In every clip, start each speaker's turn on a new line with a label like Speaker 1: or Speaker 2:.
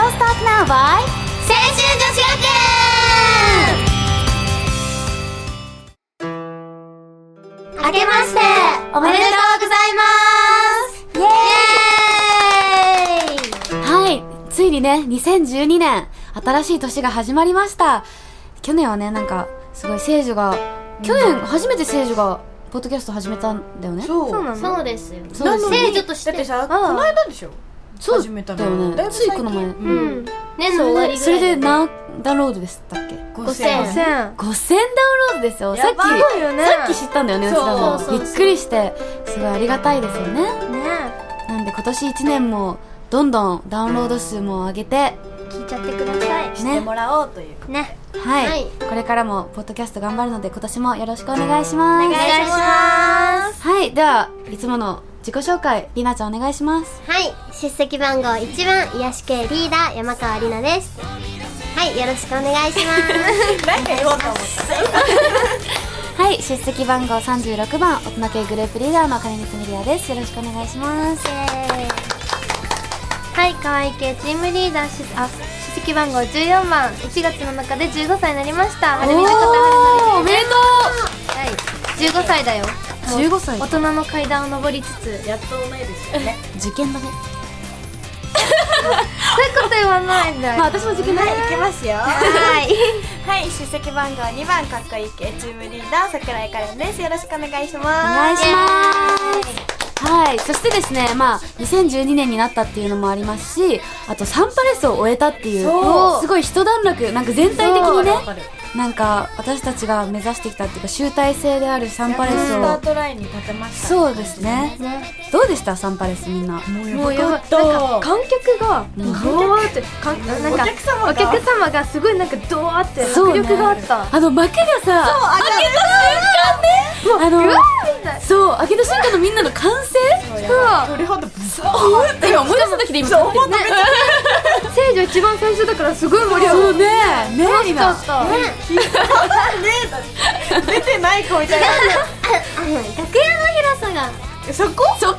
Speaker 1: バイ青春女子学園あけましておめでとうございますイエー
Speaker 2: は
Speaker 1: イ
Speaker 2: い。ついにね、2012年、新しい年が始まりました。去年はね、なんか、すごい聖女が、去年初めて聖女が、ポッドキャスト始めたんだよね。
Speaker 3: そう
Speaker 4: そうなの
Speaker 1: そうですよ
Speaker 2: そうです
Speaker 1: 聖女とし
Speaker 3: だって
Speaker 1: て
Speaker 3: さこの間でしょ
Speaker 2: そう
Speaker 3: 始めた
Speaker 2: だよ
Speaker 3: の
Speaker 2: ね。
Speaker 3: だぶ
Speaker 2: つい
Speaker 3: 最
Speaker 2: この前。
Speaker 3: 近
Speaker 1: う
Speaker 3: うん
Speaker 1: ん年
Speaker 2: そ
Speaker 1: の終わ
Speaker 2: れで、
Speaker 1: りぐらい
Speaker 2: それで何ダウンロードでしたっけ
Speaker 1: 5000
Speaker 2: ?5000
Speaker 4: 1000
Speaker 3: 5000
Speaker 2: ダウンロードですよ。さっき、
Speaker 3: やば
Speaker 4: いよね
Speaker 2: さっき知ったんだよね、うち
Speaker 3: そう
Speaker 2: らも
Speaker 1: そうそうそう
Speaker 2: びっくりして、すごいありがたいですよね。
Speaker 4: ね
Speaker 2: なんで今年1年もどんどんダウンロード数も上げて、
Speaker 4: 聞いちゃってください
Speaker 3: してもらおうという
Speaker 4: ね
Speaker 2: はい、
Speaker 1: はい
Speaker 2: これからもポッドキャスト頑張るので今年もよろしくお願いします
Speaker 1: お願いします
Speaker 4: ます
Speaker 2: はいではいつもの自己紹介りなちゃんお願いします
Speaker 1: はい出席番号1番癒し系リーダー山川里奈ですはいよろしくお願いします
Speaker 3: 何か言おうと思っ
Speaker 2: はい出席番号36番大人系グループリーダーの金光ミリアですよろしくお願いします
Speaker 4: はい可愛い系チームリーダーしあ出席番号14番1月の中で15歳になりましたはるみなかたはる
Speaker 2: おめで
Speaker 4: みはい15歳だよ
Speaker 2: とう15歳
Speaker 4: 大人の階段を上りつつそういう
Speaker 3: たやっとおめですよね
Speaker 2: 受験だね
Speaker 4: こと言わないんだよ
Speaker 2: まあ私も受験だね
Speaker 3: いけますよ
Speaker 4: はい
Speaker 3: はい、出席番号2番かっこいい系チームリーダー桜井かれんです。よろしくお願いし
Speaker 2: お
Speaker 3: ま
Speaker 2: 願いしますはいそしてですねまあ2012年になったっていうのもありますしあとサンパレスを終えたっていう
Speaker 3: そう
Speaker 2: すごい一段落なんか全体的
Speaker 3: そう
Speaker 2: にね
Speaker 3: わかる
Speaker 2: なんか私たちが目指してきたっていうか集大成であるサン
Speaker 3: やっと
Speaker 2: パレス
Speaker 3: スター
Speaker 2: を
Speaker 3: トラインに立てました。
Speaker 2: そうですねどうでしたサンパレスみんな
Speaker 4: もうやばい
Speaker 3: どう
Speaker 4: なんか観客がドワーってかんなんか
Speaker 3: お客様が
Speaker 4: お客様がすごいなんかドワーって
Speaker 2: そう
Speaker 4: 迫
Speaker 2: ね
Speaker 4: 力があった
Speaker 2: あの幕がさ
Speaker 3: あ開けた
Speaker 2: あの
Speaker 4: うわーみたい
Speaker 2: そう開けた瞬間のみんなの歓声
Speaker 4: な
Speaker 3: 鳥肌ブサ
Speaker 2: そ
Speaker 3: ー
Speaker 2: う今思い出した時で今
Speaker 3: そう思った
Speaker 4: そう聖女一番最初だからすごい盛り上がっ
Speaker 2: そうねねえ今
Speaker 4: たね
Speaker 3: ねえ出てない子みたい
Speaker 1: 楽屋の広さが
Speaker 3: なそこ
Speaker 2: そこ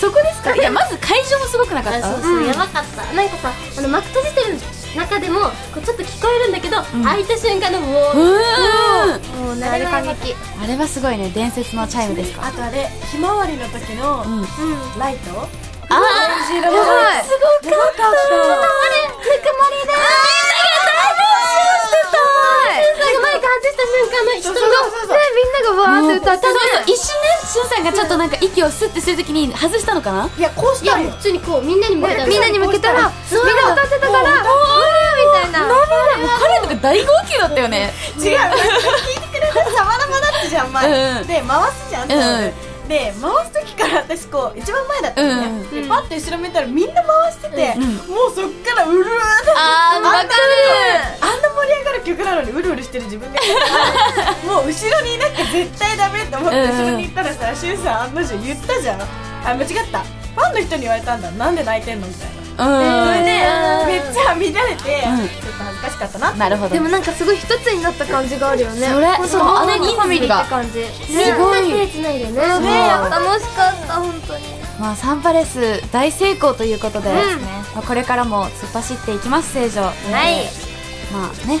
Speaker 2: そこですかいやまず会場もすごくなかった
Speaker 1: そうそう、やばかったなんかさあの幕閉じてる中でもこうちょっと聞こえるんだけど、開いた瞬間のもう、
Speaker 2: うん
Speaker 4: もう流れ感激
Speaker 2: あれはすごいね伝説のチャイムですか
Speaker 3: あとあれひまわりの時の
Speaker 2: うん
Speaker 3: ライト
Speaker 2: あ
Speaker 3: オレンジ色のライト
Speaker 2: すごい
Speaker 3: すごかっ
Speaker 1: あれぬくもりだなんかマイク外した瞬間の人
Speaker 3: たそ
Speaker 1: の
Speaker 3: うそうそう
Speaker 4: ねみんながわーって歌って
Speaker 2: そうそう一瞬ねしんさんがちょっとなんか息をスッてするときに外したのかない
Speaker 3: やこうし
Speaker 1: いや
Speaker 3: た
Speaker 1: もう
Speaker 3: よ
Speaker 1: 普通にこうみんなに向けた
Speaker 4: ね
Speaker 1: ら
Speaker 4: みんなに向けたらみんな歌ってたからうわーみたいな
Speaker 2: もう彼とか大号泣だったよね
Speaker 3: 違う聞いてくれたさまだまだってじゃん前、
Speaker 2: うん
Speaker 3: で回すじゃ
Speaker 2: う
Speaker 3: ん、
Speaker 2: ん
Speaker 3: で回す時から私こう一番前だったのね、でパッと後ろ見たらみんな回してて、
Speaker 2: うん
Speaker 3: もうそっからうるうる
Speaker 2: あーわかる
Speaker 3: あんな盛り上がる曲なのにうるうるしてる自分がいた もう後ろにいなきゃ絶対ダメって思って
Speaker 2: うん
Speaker 3: 後ろに行ったらさ、しゅんさん案の定言ったじゃんあ間違ったファンの人に言われたんだなんで泣いてんのみたいなそれでめっちゃ見られて、
Speaker 2: うん
Speaker 3: ちょっと恥ずかしかったなって
Speaker 2: なるほど
Speaker 4: でもなんかすごい一つになった感じがあるよね
Speaker 2: それ
Speaker 4: 本当
Speaker 2: そうあの人数が
Speaker 4: ファミリーって感じね
Speaker 2: すごい
Speaker 1: 手つないでね
Speaker 4: うん
Speaker 2: ねやっ
Speaker 4: 楽しかった本当に
Speaker 2: まあサンパレス大成功ということで、
Speaker 4: うん
Speaker 2: まあ、これからも突っ走っていきます聖女
Speaker 4: はい
Speaker 2: まあね今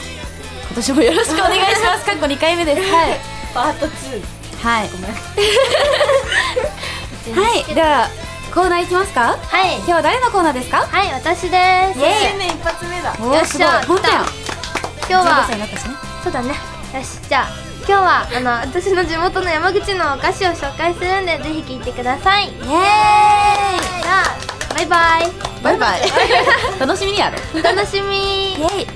Speaker 2: 年もよろしくお願いしますかっこ2回目ですはい
Speaker 3: パート2
Speaker 2: はい
Speaker 3: ごめ
Speaker 2: は
Speaker 3: ん
Speaker 2: いではコーナーいきますか
Speaker 4: はい
Speaker 2: 今日は誰のコーナーですか
Speaker 4: はい私です
Speaker 3: 新年一発目だ
Speaker 2: お
Speaker 4: よ
Speaker 2: ー
Speaker 4: っ
Speaker 2: す
Speaker 4: し
Speaker 2: ごい
Speaker 4: ゃ
Speaker 2: 本当やん
Speaker 4: 来今日
Speaker 2: 15
Speaker 4: は
Speaker 2: 歳になったしね
Speaker 4: そうだねよしじゃあ今日はあの私の地元の山口のお菓子を紹介するんでぜひ聞いてくださいイエーイじゃあバイバイ
Speaker 2: バイバイ楽しみにやろ
Speaker 4: お楽しみ
Speaker 2: イエイ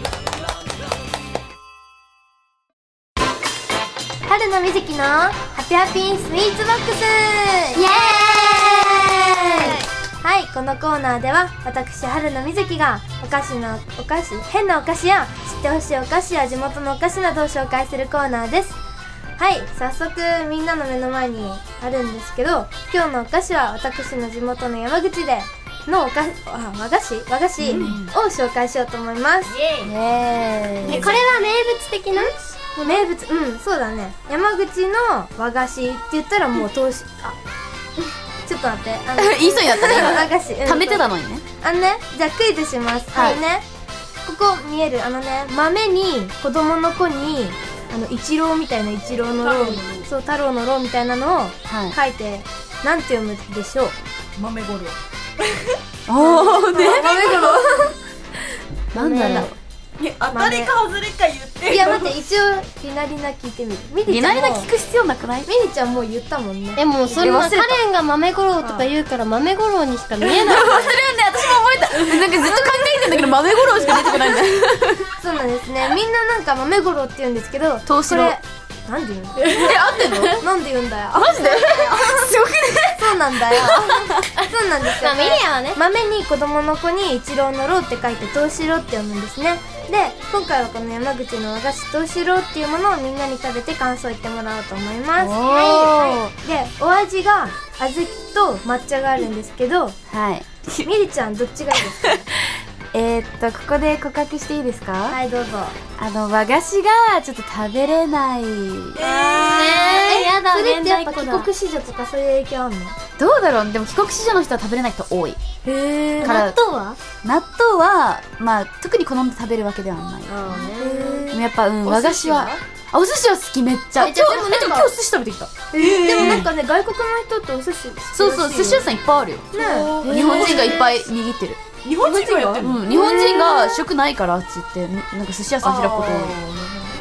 Speaker 4: 春のみずきのハピハピスイーツボックスイエーイはいこのコーナーでは私春のみずきがお菓子のお菓子変なお菓子や知ってほしいお菓子や地元のお菓子などを紹介するコーナーですはい早速みんなの目の前にあるんですけど今日のお菓子は私の地元の山口でのお菓子あ和菓子和菓子を紹介しようと思います、
Speaker 2: イエーイ
Speaker 1: これは名物的な
Speaker 4: もう名物うんそうだね山口の和菓子って言ったらもう投資あちょっと待ってあの
Speaker 2: 言いそうになったね
Speaker 4: 和菓子、うん
Speaker 2: 貯めてたのにね
Speaker 4: あのねじゃあクイズします
Speaker 2: は
Speaker 4: はいいねここ見えるあのね豆に子供の子にあの一郎みたいな一郎の郎
Speaker 3: 太郎の郎
Speaker 4: そう太郎の郎みたいなのを
Speaker 2: はい
Speaker 4: 書いて、なんて読むでしょう
Speaker 3: 豆ごろ
Speaker 2: おおねなんだろう
Speaker 3: え当たりか外れか言っ て
Speaker 4: いや待って一応リナリナ聞いてみるみり
Speaker 2: リ
Speaker 4: ちゃ
Speaker 2: ナ
Speaker 4: ん
Speaker 2: リ
Speaker 4: も
Speaker 2: ナ聞く必要なくない
Speaker 4: みりちゃんもう言ったもんね
Speaker 1: でもそん
Speaker 2: 忘
Speaker 1: な
Speaker 2: れ
Speaker 1: カ
Speaker 2: た
Speaker 1: レンが豆五郎とか言うから豆五郎にしか見えない
Speaker 2: なんかずっと考えてんだけど豆五郎しか出てこないんだ
Speaker 4: そうなんですねみんななんか豆五郎って言うんですけど
Speaker 2: 藤四
Speaker 4: こ
Speaker 2: 郎
Speaker 4: れなんで言うん だよ
Speaker 2: え合ってんの
Speaker 4: なんで言うんだよ
Speaker 2: マジで すごくね
Speaker 4: そうなんだよそうなんです
Speaker 1: ま
Speaker 4: よ
Speaker 1: あミリアはね
Speaker 4: 豆に子供の子に一郎の郎って書いて東四郎って読むんですねで今回はこの山口の和菓子東四郎っていうものをみんなに食べて感想を言ってもらおうと思います
Speaker 2: おー
Speaker 4: はい、はい、でお味が小豆と抹茶があるんですけど
Speaker 2: はい
Speaker 4: みりちゃんどっちがいいですか
Speaker 2: えー、っとここで告白していいですか、
Speaker 4: はいどうぞ
Speaker 2: あの和菓子がちょっと食べれない
Speaker 1: えーやだ
Speaker 4: それってやっぱ
Speaker 1: 明太
Speaker 4: 帰
Speaker 1: 子だ
Speaker 4: 国子女とかそういう影響あんの
Speaker 2: どうだろうでも帰国子女の人は食べれない人多い
Speaker 4: へえ
Speaker 2: から
Speaker 1: 納豆は
Speaker 2: 納豆はまあ特に好んで食べるわけではないでもやっぱうん和菓子はあお寿司は好きめっちゃ
Speaker 4: えじゃあでもなんか
Speaker 2: えてか今日寿司食べてきた
Speaker 4: でもなんかね外国の人ってお寿司
Speaker 2: そうそう寿司屋さんいっぱいあるよ
Speaker 4: ねえ
Speaker 2: 日本人がいっぱい握ってる
Speaker 3: 日本人がやってる
Speaker 2: うん日本人が食ないからっつってみなんか寿司屋さん開くこと多い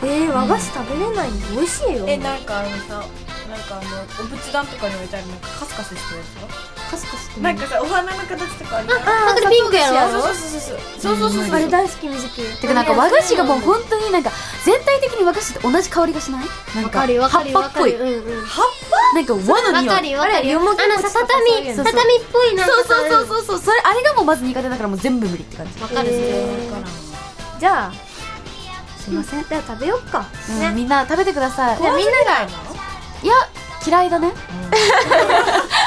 Speaker 4: えー、和菓子食べれないの美味しいよ
Speaker 3: えなんかあのさなんかあのお仏壇とかに置いてあるなんかカスカスしてるやつ
Speaker 4: カスカスって
Speaker 3: なんかさお花の形とかある
Speaker 4: あ
Speaker 1: だからピンクやろ
Speaker 3: そうそうそうそうそうそうそう
Speaker 4: あ
Speaker 3: そう
Speaker 4: れ大好きみずき
Speaker 2: てかなんか和菓子がもう本当になんか全体的に和菓子って同じ香りがしないなん
Speaker 1: わ
Speaker 2: か
Speaker 1: かるよわかる
Speaker 2: 葉
Speaker 1: よ
Speaker 2: っぱ
Speaker 1: わ
Speaker 2: っ
Speaker 1: か
Speaker 2: ぽ
Speaker 1: る
Speaker 2: い
Speaker 1: ようんうん
Speaker 3: 葉っ
Speaker 2: なんか和の
Speaker 1: わ
Speaker 2: 匂
Speaker 1: かる
Speaker 2: い
Speaker 1: よわかるよ
Speaker 4: あれよもぎ
Speaker 1: あのさ
Speaker 4: 餅とかそうい
Speaker 1: 畳
Speaker 4: う
Speaker 2: の
Speaker 1: 畳っぽいなんか
Speaker 2: そう
Speaker 1: さ
Speaker 2: そうそうそうそうそれあれがもうまず苦手だからもう全部無理って感じ
Speaker 1: わかる
Speaker 4: え
Speaker 1: ぜ
Speaker 4: ーじゃあ
Speaker 2: すいません、
Speaker 4: じゃあ食べよっか
Speaker 2: うん、みんな食べてください
Speaker 4: じゃあみんなが
Speaker 2: いや嫌いだね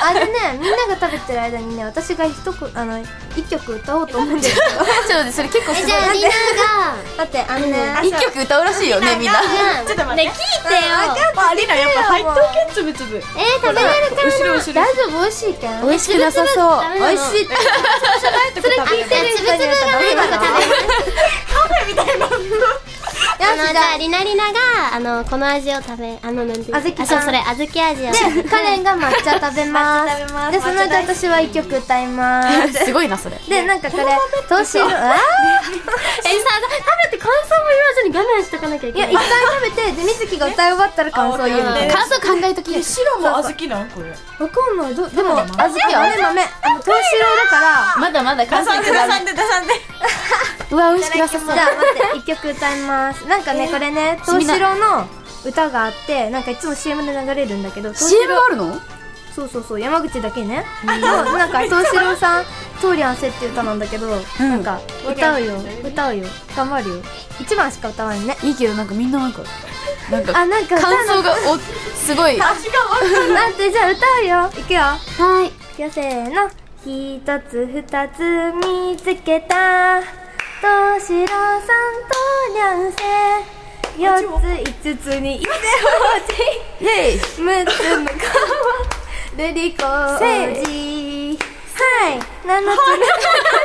Speaker 4: あれねみんなが食べてる間にね私が一こあの一曲歌おうと思うんだよ
Speaker 2: ちょっとそれ結構すご
Speaker 1: え
Speaker 2: い
Speaker 1: じゃあリナが
Speaker 4: だってあのね
Speaker 2: 一曲歌うらしいよねみんな
Speaker 1: うん
Speaker 3: ちょっと待って
Speaker 1: ね聞いてよ
Speaker 3: ぱまあリナやっぱ入っとけつぶつぶ
Speaker 1: えー食べれるか
Speaker 3: 後ろ後ろ
Speaker 4: 大丈夫美味しいけん
Speaker 2: 美味しくなさそう
Speaker 1: 美味
Speaker 2: しい
Speaker 3: それ食べ
Speaker 1: じゃあつぶつぶがないのか食べますあのじゃあリナリナがあのこの味を食べあのなんていうの
Speaker 4: あずき
Speaker 1: あそう
Speaker 4: さん
Speaker 1: それあずき味を
Speaker 4: でカレンが抹茶食べま
Speaker 3: 抹茶食べます
Speaker 4: すでその後私は一曲歌います
Speaker 2: すごいなそれ
Speaker 4: でなんかこれ投資あ
Speaker 1: えさ食べて感想も言わずに我慢しとかなきゃい
Speaker 4: ーいや一回食べてでみずきが歌い終わったら感想言うの
Speaker 3: あ OK
Speaker 2: 感想考えとき
Speaker 3: え白も小豆なんこれ
Speaker 4: わかんないどでも
Speaker 3: 豆
Speaker 4: 小豆は豆豆あの投資だから
Speaker 2: まだまだ感想
Speaker 3: 出さんで出さんで
Speaker 2: うわ美味
Speaker 4: じ
Speaker 2: し
Speaker 4: ゃ
Speaker 2: くなさそう
Speaker 4: あ待って一曲歌いますなんかねこれね東四郎の歌があってなんかいつも CM で流れるんだけど
Speaker 2: CM あるの
Speaker 4: そうそうそう山口だけねのなんか東四郎さん「通り合わせ」っていう歌なんだけどなんか歌うよ歌うよ頑張るよ一番しか歌わないね
Speaker 2: いいけどなんかみんななんかなんか
Speaker 4: あなんか歌う
Speaker 2: 感
Speaker 4: の
Speaker 2: 想がおすごいは
Speaker 3: 味がわかる
Speaker 4: なんてじゃあ歌うよいくよ
Speaker 2: ーい
Speaker 4: いくよせーの一つ二つ見つけた東四郎さんとりゃんせ四つ五つにいて
Speaker 2: イェイ
Speaker 4: ほし六つむかわるりこおじはい七つむかし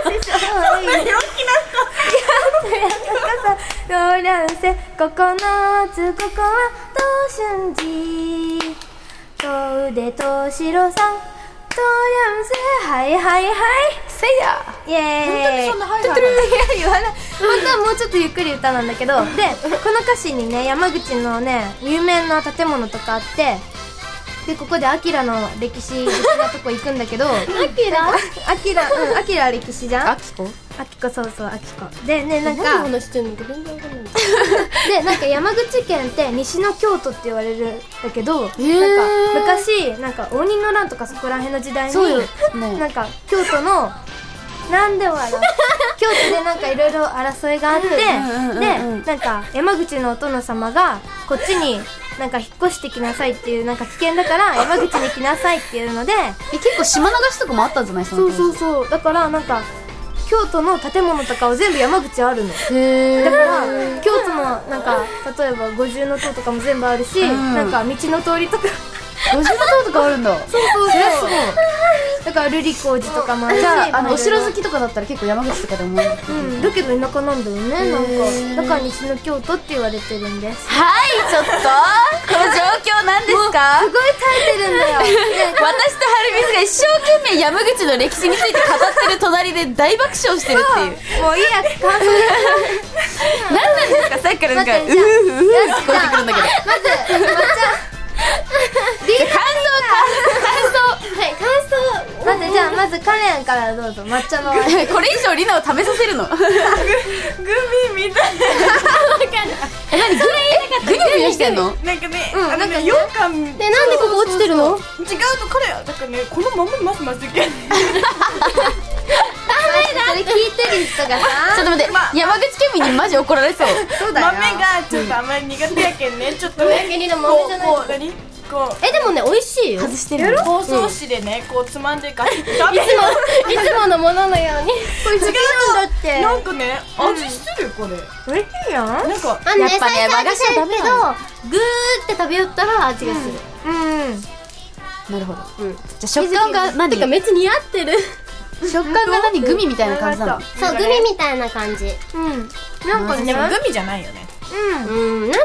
Speaker 4: そうい
Speaker 3: 広きな
Speaker 4: ローランセ九つここは東春寺と腕としろさんとランセはいはいはい
Speaker 2: せいや
Speaker 4: イエーイ
Speaker 3: そんなハイハイ
Speaker 4: いや言わない本当はもうちょっとゆっくり歌なんだけどでこの歌詞にね山口のね有名な建物とかあってでここでアキラの歴史的なとこ行くんだけど
Speaker 1: アキラ
Speaker 4: アキラうんアキラ歴史じゃん
Speaker 2: あ
Speaker 4: あ
Speaker 2: きこ
Speaker 4: きこそうそうあきこでねなん
Speaker 1: 何の
Speaker 4: か
Speaker 1: 話してんのか全然わかんない
Speaker 4: でなんか山口県って西の京都って言われるんだけど、
Speaker 2: ー
Speaker 4: なんか昔なんか応仁の乱とかそこら辺の時代に
Speaker 2: そうよ
Speaker 4: なん
Speaker 2: ね
Speaker 4: か京都のなん で笑う京都でなんかいろいろ争いがあって、
Speaker 2: うんうんうんうん
Speaker 4: でなんか山口のお殿様がこっちになんか引っ越してきなさいっていうなんか危険だから山口に来なさいっていうので
Speaker 2: え結構島流しとかもあったんじゃないそ
Speaker 4: そ
Speaker 2: の
Speaker 4: うそう
Speaker 2: そ
Speaker 4: そうだからなんか京都の建物とかは全部山口ある
Speaker 2: う
Speaker 4: の。
Speaker 2: へ
Speaker 4: だ
Speaker 2: ー
Speaker 4: から京都のなんか例えば五重の塔とかも全部あるし、
Speaker 2: うん
Speaker 4: なんか道の通りとか
Speaker 2: 50の塔とかあるんだ
Speaker 4: そうそうそうだからルリコ王子とかもあるし
Speaker 2: じゃああ
Speaker 4: ま
Speaker 2: のお城好
Speaker 4: い
Speaker 2: きとかだったら結構山口とかで思う
Speaker 4: ろいろうんだけど田舎なんだよねなん
Speaker 2: へー
Speaker 4: かだから西の京都って言われてるんです
Speaker 2: はいちょっとこの状況なんですか
Speaker 4: すごい耐えてるんだ よ
Speaker 2: 私と春水が一生懸命山口の歴史について語ってる隣で大爆笑してるっていう
Speaker 4: もういいや感想
Speaker 2: 何なんですかさっきからなんか「う
Speaker 4: 待
Speaker 2: ーふーう
Speaker 4: ってじゃあ
Speaker 2: ーふー」聞こえてくるんだけど
Speaker 4: まず抹
Speaker 2: 感
Speaker 4: 茶はい感想待ってじゃあまずカレンからどうぞ抹茶の話
Speaker 2: 想感想これ以上リナを試させるの
Speaker 3: グミみたい
Speaker 2: え何グニグニグニしてんの
Speaker 3: なんかね、
Speaker 4: ん
Speaker 3: あ
Speaker 4: な
Speaker 3: の
Speaker 4: んか
Speaker 3: ね、
Speaker 4: ね
Speaker 3: ようかん違う
Speaker 1: えなんでここ落ちてるの
Speaker 3: と彼はだからね、このまままずまずいけない
Speaker 4: それ聞いてる人が
Speaker 2: ちょ
Speaker 4: さ
Speaker 2: っと待って、山口県民にマジ怒られそう
Speaker 4: そうだよ
Speaker 3: 豆がちょっとあんまり苦手やけんね、ちょっと
Speaker 1: うん
Speaker 3: ね
Speaker 1: 豆じゃない
Speaker 3: こう、こう、何こう
Speaker 1: えでもね美味しい よいつも
Speaker 2: 外してるの
Speaker 3: 包装紙でね、こうつまんでガシッ食べる
Speaker 1: いつものもののように
Speaker 3: 違う
Speaker 4: だって
Speaker 3: なんかね、味してるよこれ
Speaker 4: 美味しいやん
Speaker 3: なんか
Speaker 1: あのね
Speaker 2: やっぱね
Speaker 1: 最初味し
Speaker 2: 和菓子はダ
Speaker 1: る
Speaker 2: メ
Speaker 1: けどグーって食べよったら味がする
Speaker 4: うん
Speaker 2: なるほど、じゃあ食感が何
Speaker 1: てか
Speaker 2: 食
Speaker 1: めっちゃ似合ってる
Speaker 2: 感が何グミみたいな感じなの
Speaker 1: そうグミみたいな感じ
Speaker 4: うんなんか
Speaker 3: で
Speaker 4: ね
Speaker 3: もグミじゃないよね
Speaker 4: う
Speaker 1: うんなん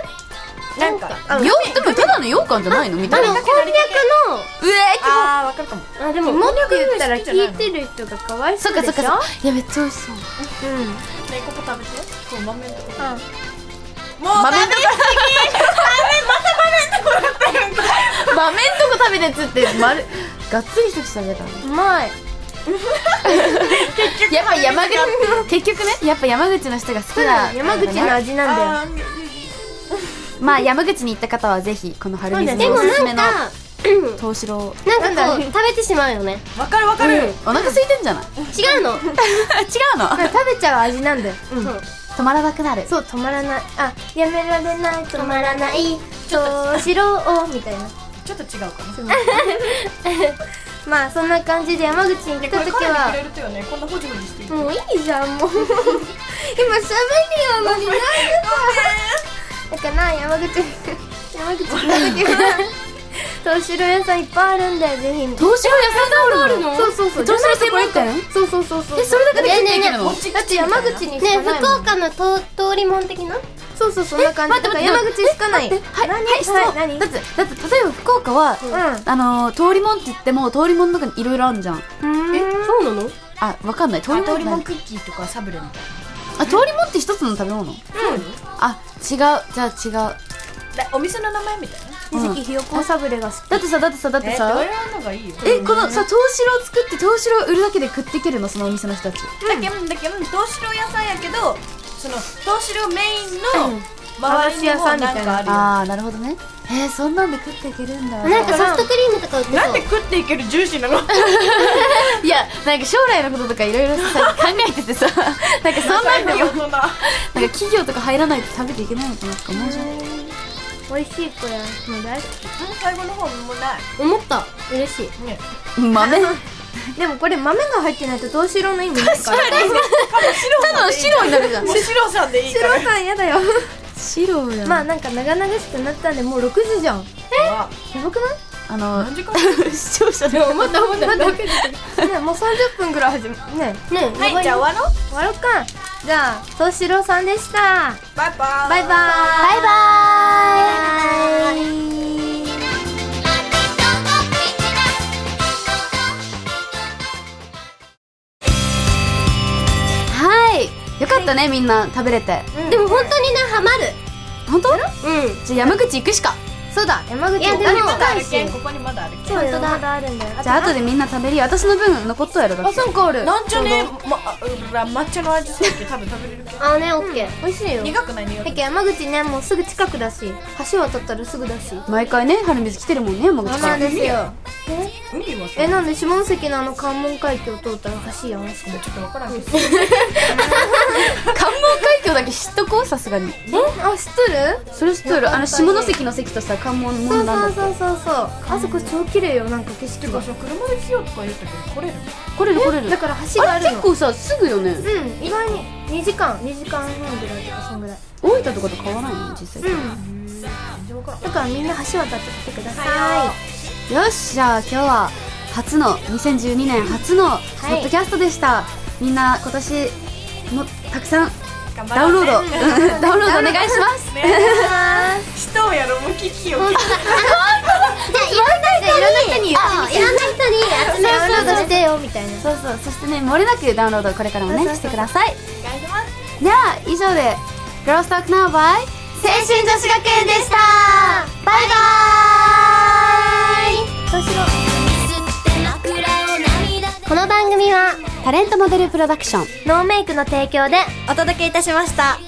Speaker 3: なんか
Speaker 2: よでもただの羊羹じゃないのみ
Speaker 1: あ
Speaker 2: たい
Speaker 1: の
Speaker 2: な
Speaker 1: こんにゃ
Speaker 2: うえ
Speaker 3: あー、わかるかも
Speaker 1: くのあでも
Speaker 4: んもっと言ったら聞いてる人がかわい
Speaker 2: そ
Speaker 4: そ
Speaker 2: っ
Speaker 4: うで
Speaker 2: か
Speaker 4: し
Speaker 2: そ
Speaker 4: ょ
Speaker 2: っかそっかいやめっちゃ美味しそう
Speaker 4: うん
Speaker 3: ね、ここ食べてこう豆のところ
Speaker 4: あ
Speaker 3: もう食べ過ぎ
Speaker 2: 場面とこ食べたやつってまるがっつり一口食べたの
Speaker 4: うまい
Speaker 2: やっぱ山口結局ねやっぱ山口の人が好きな
Speaker 4: 山口の味なんだよ
Speaker 3: あー
Speaker 2: まあ山口に行った方はぜひこの春水
Speaker 1: で
Speaker 2: のお
Speaker 1: も
Speaker 2: すすめ
Speaker 1: なん
Speaker 2: の
Speaker 1: か
Speaker 2: 東四郎
Speaker 1: なんかこう食べてしまうよね
Speaker 3: わかるわかる
Speaker 2: お腹空いてんじ ゃない違
Speaker 1: 違うの
Speaker 2: うの
Speaker 4: なんか食べちゃう味なんだようん
Speaker 1: そう
Speaker 2: 止まらなくなる
Speaker 4: そう止まらないあやめられない止
Speaker 1: 止
Speaker 4: ま
Speaker 1: ま
Speaker 4: ら
Speaker 1: ら
Speaker 4: ない
Speaker 1: ない
Speaker 4: としろをみたいな
Speaker 3: ちょっと違うかな
Speaker 4: まあそんな感じで山口に
Speaker 3: い
Speaker 4: 来
Speaker 3: や
Speaker 4: た
Speaker 3: これ
Speaker 4: 時
Speaker 3: カラーに入
Speaker 4: は
Speaker 3: れるとよねこんなほじほじしていい
Speaker 4: もういいじゃ んもう今喋りようのになんでさだから山口山口来た時はとしろ屋さんいっぱいあるんだよぜひ
Speaker 2: 東四郎屋さんがあるの
Speaker 4: そうそうそう
Speaker 2: 東四郎専門店
Speaker 4: そうそうそうそう
Speaker 2: えそれだけで食っていけるの
Speaker 3: もち
Speaker 4: だって山口にし
Speaker 1: ね
Speaker 4: かない
Speaker 1: 福
Speaker 4: もん
Speaker 1: 岡のと通りもん的な
Speaker 4: そうそうそんな感じ
Speaker 2: え待
Speaker 4: だ
Speaker 2: っ
Speaker 4: か
Speaker 2: て
Speaker 4: ら
Speaker 2: 待って
Speaker 4: 山口しかない
Speaker 2: えはい
Speaker 4: 何
Speaker 2: はい質
Speaker 4: はい
Speaker 2: 問
Speaker 4: 何
Speaker 2: だってだって例えば福岡は
Speaker 4: う
Speaker 2: あのー通りもんって言っても通りもんの中にいろいろあるじゃん
Speaker 4: んうん
Speaker 1: そうなの
Speaker 2: あわかんない通りもん
Speaker 3: 通
Speaker 2: って
Speaker 3: りもん
Speaker 2: 何
Speaker 3: クッキーとかサブレみたい
Speaker 2: あ通りもんって一つの食べ物あ違うじゃあ違う
Speaker 3: なお店の名前みたいな
Speaker 4: 水木ひよこサブレが好き
Speaker 2: だってさだってさだって
Speaker 3: え
Speaker 2: さ
Speaker 3: どういうのがいいよ
Speaker 2: えこのさ投資を作って投資を売るだけで食っていけるのそのお店の人たち
Speaker 3: だけんだけん東四郎屋さんやけどその東四郎メインの周りにもなんかあるよ
Speaker 2: ああなるほどねえー、そんなんで食っていけるんだ
Speaker 1: なんかソフトクリームとか売ってそう
Speaker 3: なんで食っていけるジューシーなの
Speaker 2: いやなんか将来のこととかいろいろさ考えててさなんかそんなんでも
Speaker 3: そんな
Speaker 2: なんか企業とか入らないと食べていけないのかなとか思うじゃん
Speaker 4: 美味しい子やもう大好
Speaker 3: 最後の方もない
Speaker 1: 思った嬉しい
Speaker 3: ね
Speaker 2: 豆
Speaker 4: きでもこれ豆が入ってないとどうしろの意味ないから
Speaker 2: ただの白になるじゃん
Speaker 3: もう白さんでいいから
Speaker 4: 白さんやだよ
Speaker 2: 白やん、
Speaker 4: まあなんか長々しくなったんでもう6時じゃん
Speaker 3: わ
Speaker 4: やばくない
Speaker 2: あの
Speaker 3: 何時間
Speaker 2: 視聴者でもまたまた
Speaker 4: ねもう30分ぐらい始めね
Speaker 1: ねえ
Speaker 3: はいじゃあ終わろう
Speaker 4: 終わろっかじゃあとしろさんでした
Speaker 3: バイバイ
Speaker 4: バイバーイバイバーイ
Speaker 2: はいよかったねみんな食べれて
Speaker 1: でも本当にねハマる
Speaker 2: 本当
Speaker 1: うん
Speaker 2: じゃあ山口行くしか
Speaker 4: そうだ山口
Speaker 1: いやでも
Speaker 4: あれ
Speaker 3: まだあるけん
Speaker 1: 高い
Speaker 3: ここにまだあるけん
Speaker 4: そうよ
Speaker 1: 本当だ
Speaker 4: まだあるんだよ
Speaker 2: じゃあ後でみんな食べるよ私の分残っとやろだって
Speaker 4: んかある
Speaker 3: なんちゃねまあうら抹茶の味するけん多分食べれるけん
Speaker 1: あねオッケー
Speaker 4: 美味しいよ
Speaker 3: 苦くない苦く
Speaker 4: だ
Speaker 3: な
Speaker 4: け
Speaker 3: い
Speaker 4: ど山口ねもうすぐ近くだし橋渡ったらすぐだし
Speaker 2: 毎回ね春水来てるもんね山口
Speaker 4: そう
Speaker 2: か
Speaker 4: な
Speaker 2: ら
Speaker 4: んですよ
Speaker 3: 海はさ
Speaker 4: えなんで下関のあの関門海峡通ったら橋やんし
Speaker 3: ちょっとわからんけど
Speaker 2: 関門海峡だけ知っとこうさすがに
Speaker 4: えあ知っとる
Speaker 2: それ知っとるあの下関の関とさ関門
Speaker 4: そ
Speaker 2: 門
Speaker 4: う
Speaker 2: なんだ
Speaker 4: そ
Speaker 2: っ
Speaker 4: う
Speaker 2: て
Speaker 4: そうそうそうあそこ超綺麗よなんか景
Speaker 3: て
Speaker 4: 色
Speaker 3: か
Speaker 4: が
Speaker 3: さ車で来ようとか言ったけど来れる
Speaker 2: 来れる来れる
Speaker 4: だから橋があ
Speaker 2: あ
Speaker 4: る
Speaker 2: れ
Speaker 4: の
Speaker 2: 結構さすぐよね
Speaker 4: うん意外に2時間2時間半ぐらいとかそんぐらい
Speaker 2: 大分とかと変わらないの実際
Speaker 4: うんだからみんな橋渡ってきてください
Speaker 2: よしじゃあ今日は初の2012年初のポ
Speaker 1: い
Speaker 2: ッドキャストでした、みんな今年もたくさん
Speaker 3: 頑張
Speaker 2: ダウ ンロード、
Speaker 3: ろうね
Speaker 2: ダウンロードお願いします
Speaker 3: ね人をやろう向き気を 切って
Speaker 1: じゃあいろんな人にいろんな人に集め
Speaker 4: ダウンロード
Speaker 1: ましょう
Speaker 4: してよみたいな
Speaker 2: そうそうそしてね漏れなくダウンロードこれからもね
Speaker 4: そうそうそう
Speaker 2: してください
Speaker 3: お願いします
Speaker 2: では以上で「Girls Talk Now by 青春女子学園」でしたバイバーイ
Speaker 1: この番組は
Speaker 2: タレントモデルプロダクション
Speaker 4: ノーメイクの提供でお届けいたしました